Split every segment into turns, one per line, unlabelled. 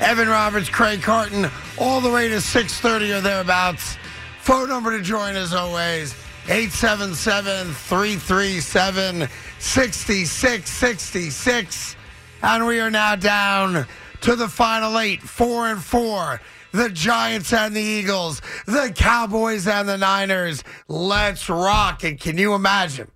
Evan Roberts, Craig Carton, all the way to 6.30 or thereabouts. Phone number to join as always, 877-337-6666. And we are now down to the final eight, four and four. The Giants and the Eagles, the Cowboys and the Niners. Let's rock. And can you imagine?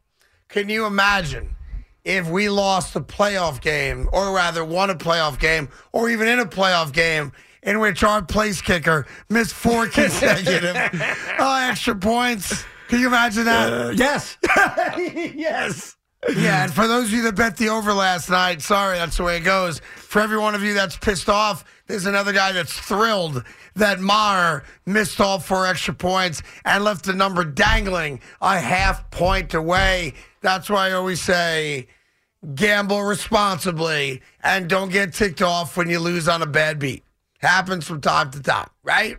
Can you imagine if we lost a playoff game, or rather won a playoff game, or even in a playoff game in which our place kicker missed four consecutive uh, extra points? Can you imagine that?
yes. yes.
Yeah, and for those of you that bet the over last night, sorry, that's the way it goes. For every one of you that's pissed off, there's another guy that's thrilled that Maher missed all four extra points and left the number dangling a half point away. That's why I always say gamble responsibly and don't get ticked off when you lose on a bad beat. Happens from time to time, right?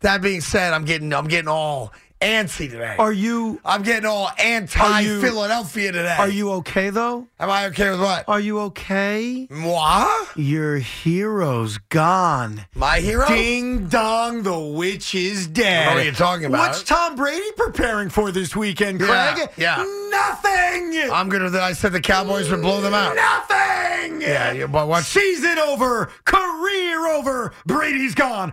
That being said, I'm getting I'm getting all antsy today.
Are you
I'm getting all
Are you-
anti-Philadelphia today.
are you okay though?
Am I okay with what?
Are you okay?
Moi?
Your hero's gone.
My hero?
Ding dong, the witch is dead.
What are you talking about?
What's Tom Brady preparing for this weekend,
Yeah,
Craig?
yeah.
Nothing.
I'm gonna. I said the Cowboys would blow them out.
Nothing.
Yeah, yeah, but what-
Season over. Career over. Brady's gone.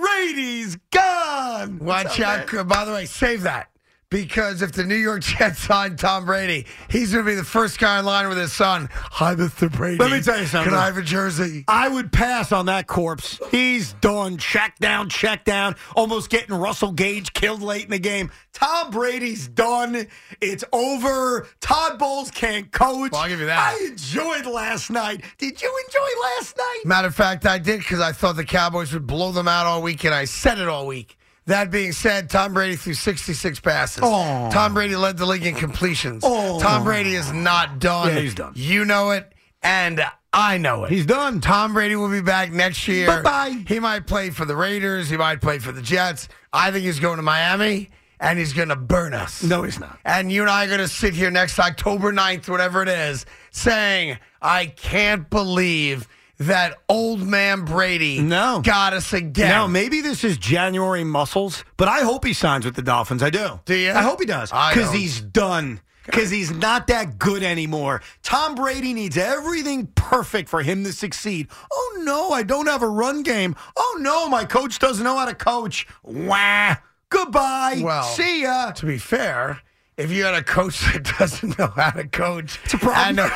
Brady's gone.
Watch out. By the way, save that. Because if the New York Jets sign Tom Brady, he's going to be the first guy in line with his son. Hi, Mr. Brady.
Let me tell you something.
Can I have a jersey?
I would pass on that corpse. He's done. Check down, check down. Almost getting Russell Gage killed late in the game. Tom Brady's done. It's over. Todd Bowles can't coach.
Well, I'll give you that.
I enjoyed last night. Did you enjoy last night?
Matter of fact, I did because I thought the Cowboys would blow them out all week, and I said it all week. That being said, Tom Brady threw 66 passes.
Aw.
Tom Brady led the league in completions.
Aw.
Tom Brady is not done.
Yeah, he's done.
You know it, and I know it.
He's done.
Tom Brady will be back next year.
Bye-bye.
He might play for the Raiders. He might play for the Jets. I think he's going to Miami, and he's going to burn us.
No, he's not.
And you and I are going to sit here next October 9th, whatever it is, saying, I can't believe that old man Brady
No.
got us again.
Now, maybe this is January muscles, but I hope he signs with the Dolphins. I do.
Do you?
I hope he does.
I
Because
don't.
he's done. Because he's not that good anymore. Tom Brady needs everything perfect for him to succeed. Oh, no, I don't have a run game. Oh, no, my coach doesn't know how to coach. Wah. Goodbye.
Well,
See ya.
to be fair, if you had a coach that doesn't know how to coach,
a problem.
And no,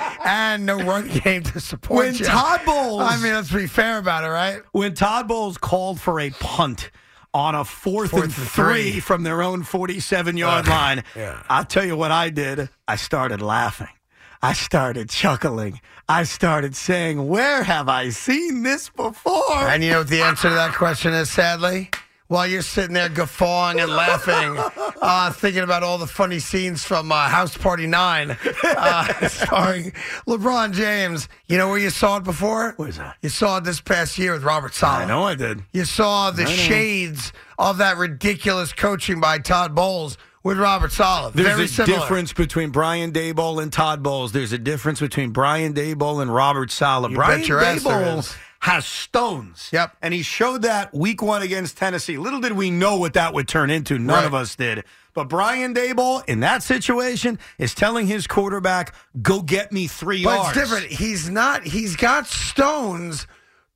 and no run game to support
When
you.
Todd Bowles-
I mean, let's be fair about it, right?
when Todd Bowles called for a punt on a fourth,
Fourth
and
and
three,
three.
from their own 47 yard
Uh,
line,
yeah.
I'll tell you what I did. I started laughing. I started chuckling. I started saying, Where have I seen this before?
And you know what the answer to that question is, sadly? While you're sitting there guffawing and laughing, uh, thinking about all the funny scenes from uh, House Party 9, uh, starring LeBron James, you know where you saw it before?
Where's that?
You saw it this past year with Robert Sala.
I know I did.
You saw the shades of that ridiculous coaching by Todd Bowles with Robert Sala.
There's
Very
a
similar.
difference between Brian Dayball and Todd Bowles. There's a difference between Brian Dayball and Robert Sala.
You
Brian
bet your ass there
Dayball
is.
has stones.
Yep.
And he showed that week one against Tennessee. Little did we know what that would turn into. None
Right.
of us did. But Brian Dayball, in that situation, is telling his quarterback, go get me three
But
yards.
it's different. He's not. He's got stones,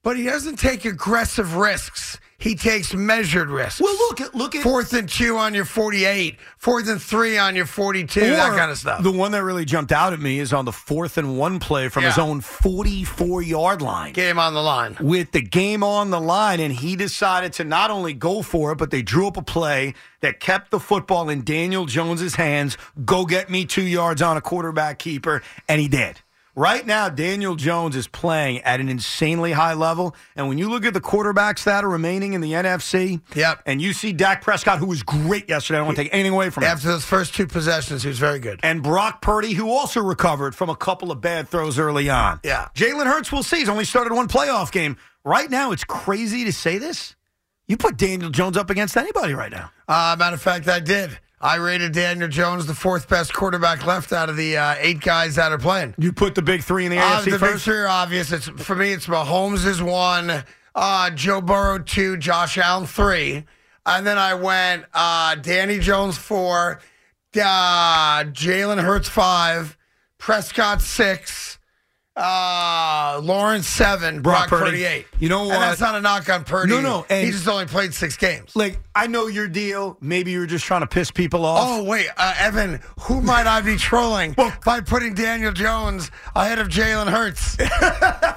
But he doesn't take aggressive risks. He takes measured risks.
Well, look at look at
fourth and two on your 48, fourth and three on your 42, that
Or
kind of stuff.
The one that really jumped out at me is on the fourth and one play from his
Yeah.
own 44 yard line.
Game on the line.
With the game on the line, and he decided to not only go for it, but they drew up a play that kept the football in Daniel Jones's hands. Go get me two yards on a quarterback keeper, and he did. Right now, Daniel Jones is playing at an insanely high level. And when you look at the quarterbacks that are remaining in the NFC,
Yep.
and you see Dak Prescott, who was great yesterday, I don't want to take anything away from him
After those first two possessions, he was very good.
and Brock Purdy, who also recovered from a couple of bad throws early on.
Yeah.
Jalen Hurts, we'll see. He's only started one playoff game. Right now, it's crazy to say this. You put Daniel Jones up against anybody right now.
Uh, matter of fact, I did. I rated Daniel Jones the fourth best quarterback left out of the uh, eight guys that are playing.
You put the big three in the
Uh,
AFC
the big
first.
three are obvious. It's for me. It's Mahomes is one, uh, Joe Burrow two, Josh Allen three, and then I went uh, Danny Jones four, uh, Jalen Hurts five, Prescott six, uh, Lawrence seven,
Brock
Brock,
Purdy.
Purdy eight.
You know what?
And that's not a knock on Purdy.
No, no, and-
he just only played six games.
Like, I know your deal. Maybe you were just trying to piss people off.
Oh wait, uh, Evan, who might I be trolling
Well-
by putting Daniel Jones ahead of Jalen Hurts?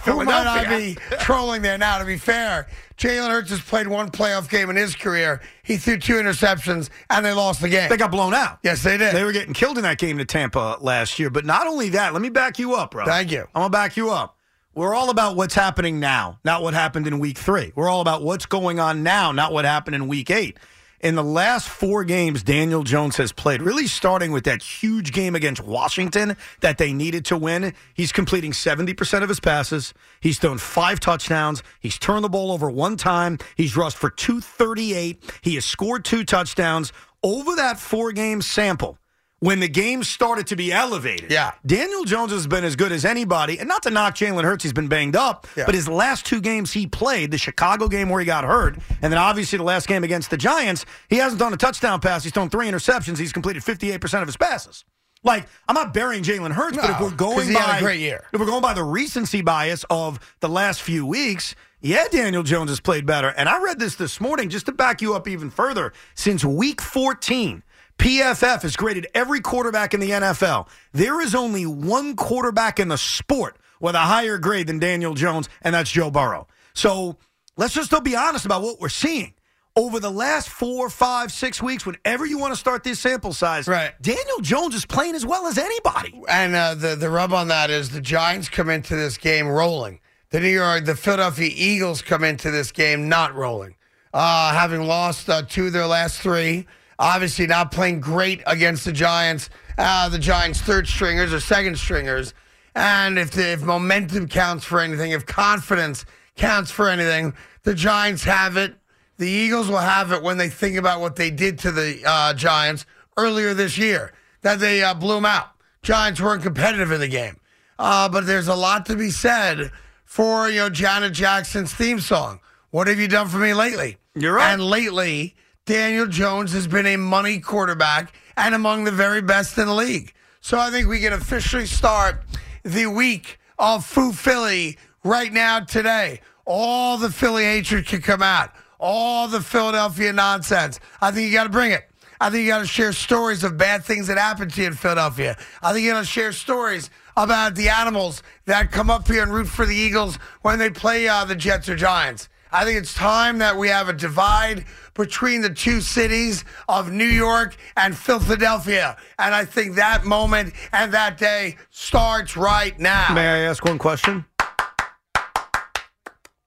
who might I be trolling there? Now, to be fair, Jalen Hurts has played one playoff game in his career. He threw two interceptions, and they lost the game.
They got blown out.
yes, they did.
They were getting killed in that game to Tampa last year. But not only that, let me back you up, bro.
Thank you.
I'm going to back you up. We're all about what's happening now, not what happened in week three. We're all about what's going on now, not what happened in week eight. In the last four games, Daniel Jones has played, really starting with that huge game against Washington that they needed to win. He's completing 70% of his passes. He's thrown five touchdowns. He's turned the ball over one time. He's rushed for 238. He has scored two touchdowns. Over that four game sample, when the game started to be elevated,
Yeah.
Daniel Jones has been as good as anybody, and not to knock Jalen Hurts, he's been banged up.
Yeah.
But his last two games he played, the Chicago game where he got hurt, and then obviously the last game against the Giants, he hasn't thrown a touchdown pass. He's thrown three interceptions. He's completed fifty eight percent of his passes. Like I'm not burying Jalen Hurts, but if
No,
we're
'cause
going
he
by
had a great year.
if we're going by the recency bias of the last few weeks, yeah, Daniel Jones has played better. And I read this this morning just to back you up even further. Since week 14, PFF has graded every quarterback in the NFL. There is only one quarterback in the sport with a higher grade than Daniel Jones, and that's Joe Burrow. So let's just be honest about what we're seeing. Over the last four, five, six weeks, whenever you want to start this sample size,
Right.
Daniel Jones is playing as well as anybody.
And uh, the the rub on that is the Giants come into this game rolling. The New York, the Philadelphia Eagles come into this game not rolling, uh, having lost uh, two of their last three. Obviously, not playing great against the Giants. Uh, the Giants' third stringers or second stringers. And if the, if momentum counts for anything, if confidence counts for anything, the Giants have it. The Eagles will have it when they think about what they did to the uh, Giants earlier this year that they uh, blew them out. Giants weren't competitive in the game. Uh, but there's a lot to be said for you know Janet Jackson's theme song. What have you done for me lately?
You're right.
And lately, Daniel Jones has been a money quarterback and among the very best in the league. So I think we can officially start the week of Foo Philly right now today. All the Philly hatred can come out. All the Philadelphia nonsense. I think you got to bring it. I think you got to share stories of bad things that happened to you in Philadelphia. I think you got to share stories about the animals that come up here and root for the Eagles when they play uh, the Jets or Giants. I think it's time that we have a divide between the two cities of New York and Philadelphia. And I think that moment and that day starts right now.
May I ask one question?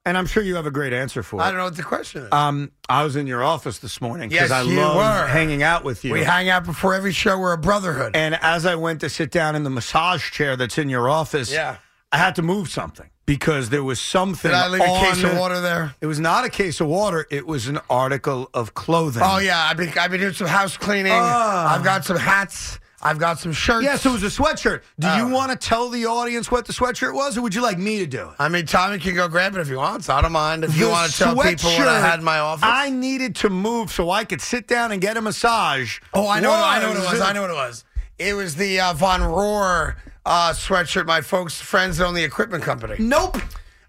And I'm sure you have a great answer for
I
it.
don't know what the question is.
Um, I was in your office this morning
Yes,
because I
you
love
were.
hanging out with you.
we hang out before every show. We're a brotherhood.
and as I went to sit down in the massage chair that's in your office,
Yeah.
I had to move something because there was something.
Did I leave a case
on-
of water there?
It was not a case of water. It was an article of clothing.
Oh yeah, I've been I've been doing some house cleaning. I've got some hats. I've got some shirts.
Yes, Ah. it was a sweatshirt. Do
Oh.
you want to tell the audience what the sweatshirt was, or would you like me to do it?
I mean, Tommy can go grab it if he wants. I don't mind if you
The
want to tell people what I
sweatshirt
had in my office.
I needed to move so I could sit down and get a massage.
Oh, I know, I know what it was. I know what it was. It was the uh, Von Rohr uh, sweatshirt my folks, friends own the equipment company.
Nope.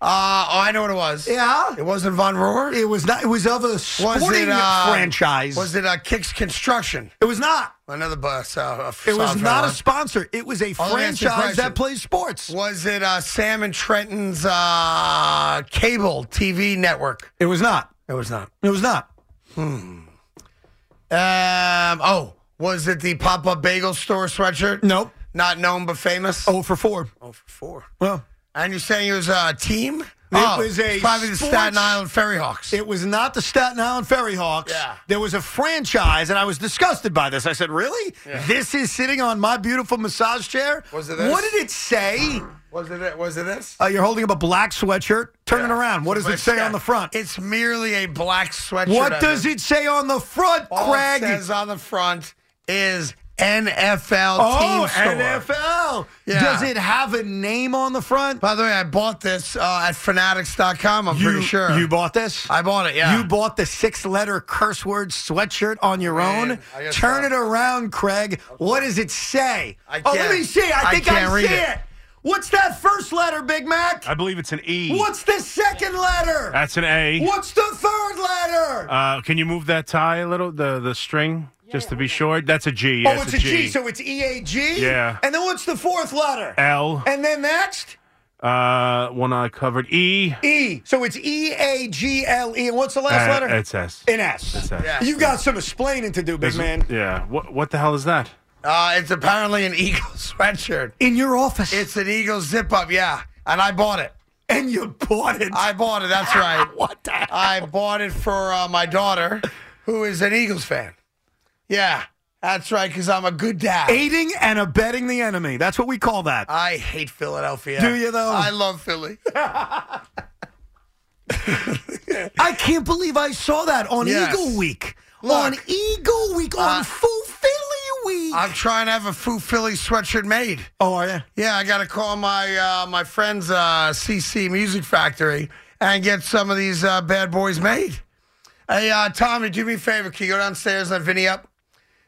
Uh, oh, I know what it was.
Yeah?
It wasn't Von Rohr?
It was not. It was of a
was
sporting
it, uh,
franchise.
Was it uh, Kicks Construction?
It was not.
Another bus. Uh, a
It was
South
not a
Carolina.
sponsor. It was a
Oh, let me ask you a
franchise
question.
that plays sports.
Was it uh, Sam and Trenton's uh, cable TV network?
It was not.
It was not.
It was not.
Um, oh, was it the Pop Up Bagel Store sweatshirt?
Nope.
Not known but famous?
Oh for four.
Oh, for four.
Well,
And you're saying it was a team? It oh,
was a
it's probably the
sports-
Staten Island Ferry Hawks.
it was not the Staten Island Ferry Hawks.
Yeah.
There was a franchise, and I was disgusted by this. I said, "Really? This is sitting on my beautiful massage chair."
Was it this?
What did it say?
was it? Was it this?
Uh, you're holding up a black sweatshirt. Turn it around. What does it say on the front?
It's merely a black sweatshirt.
what does it say on the front,
All
Craig?
it says on the front is NFL
oh,
team store.
NFL.
Yeah.
Does it have a name on the front?
By the way, I bought this uh, at fanatics.com. I'm pretty sure.
you bought this.
I bought it, yeah.
You bought the six-letter curse word sweatshirt on your
Man,
own.
I guess
Turn
so.
it around, Craig. What does it say?
I
Oh, let
can't-
me see. I
I
think I,
can't read
see
it.
it. What's that first letter, Big Mac?
I believe it's an E.
What's the second letter?
That's an A.
What's the third letter?
Uh, can you move that tie a little? The the string, just to be sure. That's a G.
oh,
That's
it's a G, so it's E A G.
Yeah.
And then what's the fourth letter?
L.
And then next
Uh, one eye covered. E.
E. So it's E A G L E. And what's the
Uh,
last letter?
It's S.
An S.
It's S.
You've got some explaining to do, big
Is-
man.
Yeah. What what the hell is that?
Uh, it's apparently an Eagle sweatshirt.
In your office.
It's an Eagle zip up, yeah. And I bought it.
and you bought it.
I bought it. That's right.
what the hell?
I bought it for uh, my daughter, who is an Eagles fan. Yeah, that's right. Because I'm a good dad.
Aiding and abetting the enemy. That's what we call that.
I hate Philadelphia.
Do you, though?
I love Philly.
I can't believe I saw that on
Yes.
Eagle Week.
Look.
on Eagle Week. on
Uh,
Foo Philly Week.
I'm trying to have a Foo Philly sweatshirt made.
oh, are you?
Yeah, I got to call my uh, my friends uh, CC Music Factory and get some of these uh, bad boys made. Hey, uh, Tommy, do me a favor. Can you go downstairs and let Vinny up?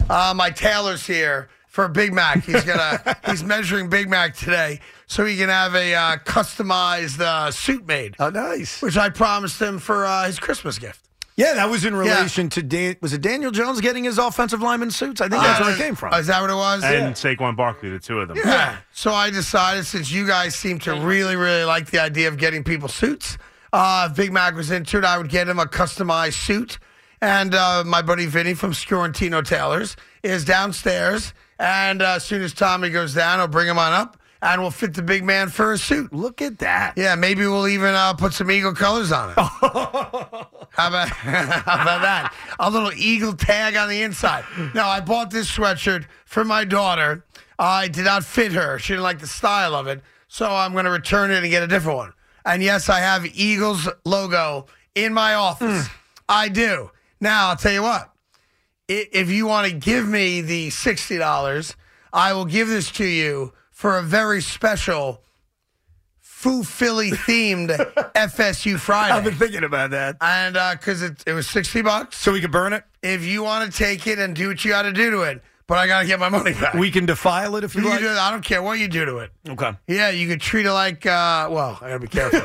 Uh, my tailor's here for Big Mac. He's gonna he's measuring Big Mac today, so he can have a uh, customized uh, suit made,
Oh, nice.
which I promised him for uh, his Christmas gift.
Yeah, that was in relation to Dan- was it Daniel Jones getting his offensive lineman suits? I think that's where it came from.
Uh, Is that what it was?
And Saquon Barkley, the two of them.
Yeah. So I decided since you guys seem to really, really like the idea of getting people suits, uh, if Big Mac was into it, I would get him a customized suit. And uh, my buddy Vinny from Scurantino Tailors is downstairs. And uh, as soon as Tommy goes down, I'll bring him on up and we'll fit the big man for a suit.
Look at that.
Yeah, maybe we'll even uh, put some eagle colors on it. how, about, how about that? A little eagle tag on the inside. Now, I bought this sweatshirt for my daughter. I did not fit her. She didn't like the style of it. So I'm going to return it and get a different one. And yes, I have Eagles logo in my office. I do. Now, I'll tell you what. I- If you want to give me the $60, I will give this to you for a very special Foo Philly themed FSU
I've been
Friday.
thinking about that.
And because it, it was 60 bucks.
So we could burn it.
If you want to take it and do what you got to do to it, but I got to get my money back.
We can defile it if you,
you
like.
do, I don't care what you do to it.
Okay.
Yeah, you could treat it like, uh, well, I got to be careful.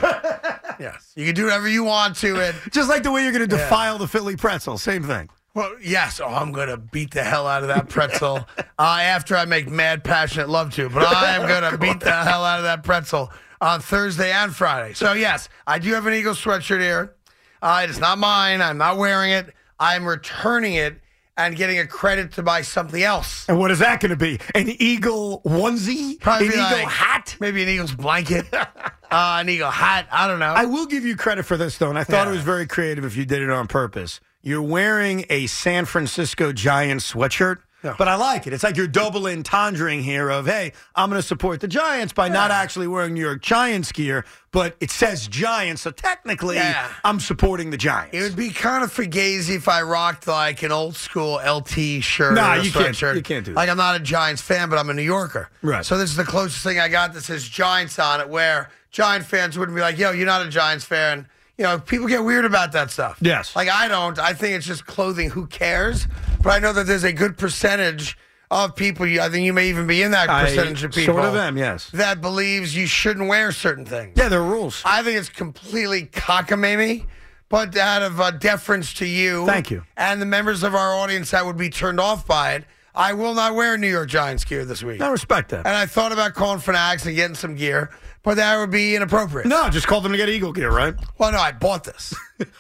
yes. You can do whatever you want to it.
Just like the way you're going to defile the Philly pretzel, same thing.
Well, yes. Oh, I'm going to beat the hell out of that pretzel uh, after I make mad, passionate love to. it, But I am going to beat the hell out of that pretzel on Thursday and Friday. So, yes, I do have an Eagle sweatshirt here. Uh, it is not mine. I'm not wearing it. I'm returning it and getting a credit to buy something else.
And what is that going to be? An eagle onesie?
Probably
an eagle
like-
hat?
Maybe an Eagles blanket, uh, an Eagle hat. I don't know.
I will give you credit for this, though, and I thought it
Yeah.
was very creative if you did it on purpose. You're wearing a San Francisco Giants sweatshirt, but I like it. It's like you're double entendring here of, hey, I'm going to support the Giants by not actually wearing New York Giants gear, but it says Giants, so technically
Yeah.
I'm supporting the Giants.
it would be kind of fugazi if I rocked like an old school LT shirt.
Nah,
or
you can't-
sweatshirt.
you can't do that.
Like I'm not a Giants fan, but I'm a New Yorker.
Right.
So this is the closest thing I got that says Giants on it, where Giant fans wouldn't be like, "Yo, you're not a Giants fan." You know, people get weird about that stuff.
Yes.
Like I don't. I think it's just clothing. Who cares? But I know that there's a good percentage of people. You, I think you may even be in that
I
percentage of people.
sort of am, yes.
That believes you shouldn't wear certain things.
Yeah, there are rules.
I think it's completely cockamamie. But out of uh, deference to you,
Thank you.
and the members of our audience that would be turned off by it, I will not wear New York Giants gear this week.
I respect that.
And I thought about calling Fanatics and getting some gear, but that would be inappropriate.
No, just call them to get Eagle gear, right?
Well, no, I bought this.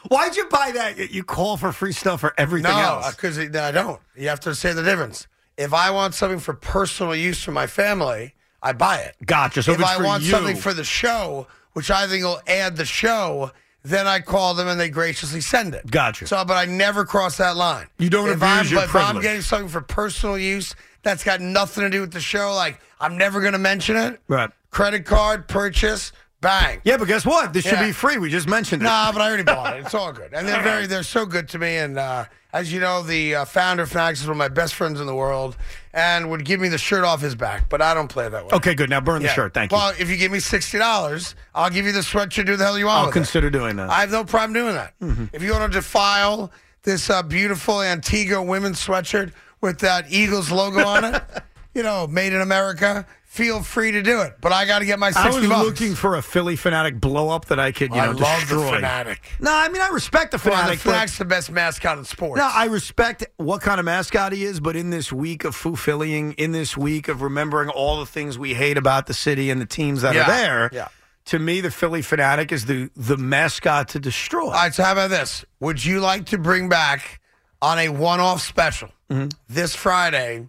Why'd you buy that? You- You call for free stuff for everything
no,
else.
because I don't. You have to say the difference. If I want something for personal use for my family, I buy it.
Gotcha. So if,
if
it's
I
for
want
you,
something for the show, which I think will add the show, then I call them and they graciously send it.
Gotcha.
So, but I never cross that line.
You don't
if
abuse
I'm,
your
if I'm
privilege.
getting something for personal use that's got nothing to do with the show, like I'm never going to mention it.
Right.
Credit card purchase, bang.
yeah, but guess what? This should
Yeah.
be free. We just mentioned it.
Nah, but I already bought it. It's all good. And they're very, they're so good to me. And uh, as you know, the uh, founder of Fnax is one of my best friends in the world and would give me the shirt off his back, but I don't play that way.
Okay, good. Now burn Oh, the
Yeah.
shirt. Thank
Well,
you.
if you give me $60, I'll give you the sweatshirt, do the hell you want.
I'll Mm-hmm.
with it.
consider doing Oh, that.
I have no problem doing that. If you want to defile this uh, beautiful Antigua women's sweatshirt with that Eagles logo on it, you know, made in America, feel free to do it. But I got to get my 60
I was
bucks.
looking for a Philly fanatic blow up that I could, you
I
know,
love
destroy.
the fanatic.
No, I mean I respect the
Well, the
fanatic. but-
Fnatic's the best mascot in sports.
No, I respect what kind of mascot he is, but in this week of fulfilling, in this week of remembering all the things we hate about the city and the teams that
Yeah,
are there,
yeah.
to me, the Philly fanatic is the the mascot to destroy.
All right, so how about this? Would you like to bring back on a one-off special this Friday,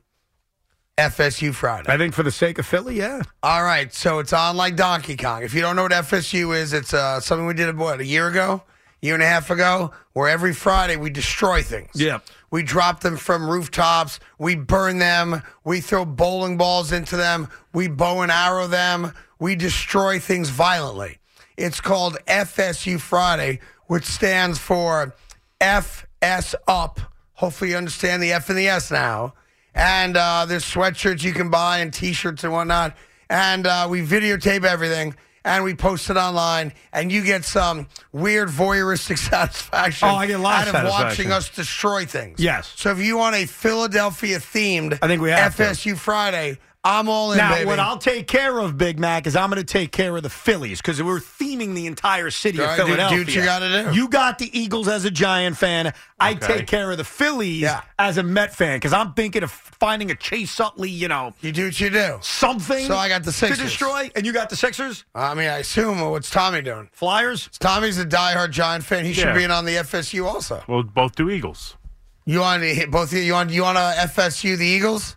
FSU Friday?
I think for the sake of Philly, yeah.
All right, so it's on like Donkey Kong. If you don't know what FSU is, it's uh, something we did what a year ago, year and a half ago, where every Friday we destroy things.
Yeah.
We drop them from rooftops. We burn them. We throw bowling balls into them. We bow and arrow them. We destroy things violently. It's called FSU Friday, which stands for FS Up. Hopefully, you understand the F and the S now. And uh, there's sweatshirts you can buy and t shirts and whatnot. And uh, we videotape everything and we post it online. And you get some weird voyeuristic satisfaction
Oh, I get a
out
lot of
of watching
satisfaction.
us destroy things.
Yes.
So if you want a Philadelphia themed
I think we have to.
FSU Friday, I'm all in.
Now,
baby.
what I'll take care of, Big Mac, is I'm going to take care of the Phillies because we're theming the entire city
All
of
right, do- do what
Philadelphia.
you gotta do.
You got the Eagles as a Giant fan. I
Okay.
take care of the Phillies
Yeah.
as a Met fan because I'm thinking of finding a Chase Utley, you know,
you do what you do.
something.
So I got the Sixers.
to destroy, and you got the Sixers,
I mean, I assume well, what's Tommy doing?
Flyers.
Tommy's a diehard Giant fan. He should
Yeah.
be in on the FSU also.
We'll both do Eagles.
You on the- both? of You you on you on uh, FSU the Eagles?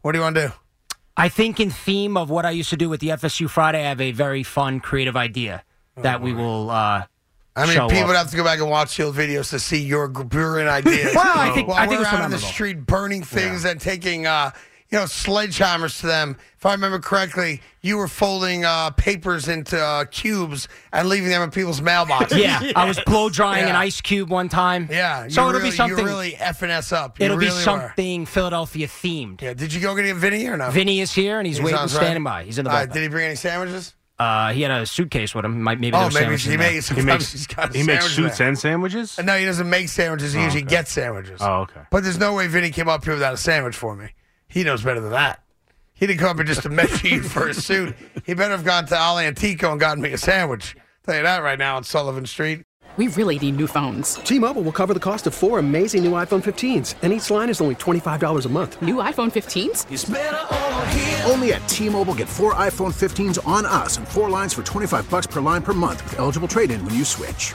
What do you want to do?
I think in theme of what I used to do with the FSU Friday, I have a very fun, creative idea
Oh,
that we will. Uh,
I mean,
Show
people
up.
would have to go back and watch the old videos to see your g- brilliant ideas.
Well, I think-
While
I think
we're
it's
out on
phenomenal.
the street burning things and taking, uh, you know, sledgehammers to them. If I remember correctly, you were folding uh, papers into uh, cubes and leaving them in people's mailboxes.
yeah, I was blow drying an
Yeah.
ice cube one time.
yeah.
so
you
it'll
really,
be something.
You really effing us up. You
it'll
really
be
were.
something Philadelphia themed.
Yeah. Did you go get a Vinny or not?
Vinny is here and he's, waiting, standing by. He's in the bullpen.
did he bring any sandwiches?
uh, he had a suitcase with him. Might maybe
Oh,
there's
maybe
sandwiches
he
in there.
makes. sometimes
He
he's
makes
got a
he makes
sandwich
suits
bag.
and sandwiches.
No, he doesn't make sandwiches. He usually gets sandwiches.
Oh, okay.
But there's no way Vinny came up here without a sandwich for me. He knows better than that. He didn't come up here just to measure you for a suit. He better have gone to Al Antico and gotten me a sandwich. Tell you that right now on Sullivan Street.
We really need new phones.
T-Mobile will cover the cost of four amazing new iPhone 15s, and each line is only $25 a month.
New iPhone 15s?
Only at T-Mobile get four iPhone 15s on us and four lines for 25 bucks per line per month with eligible trade-in when you switch.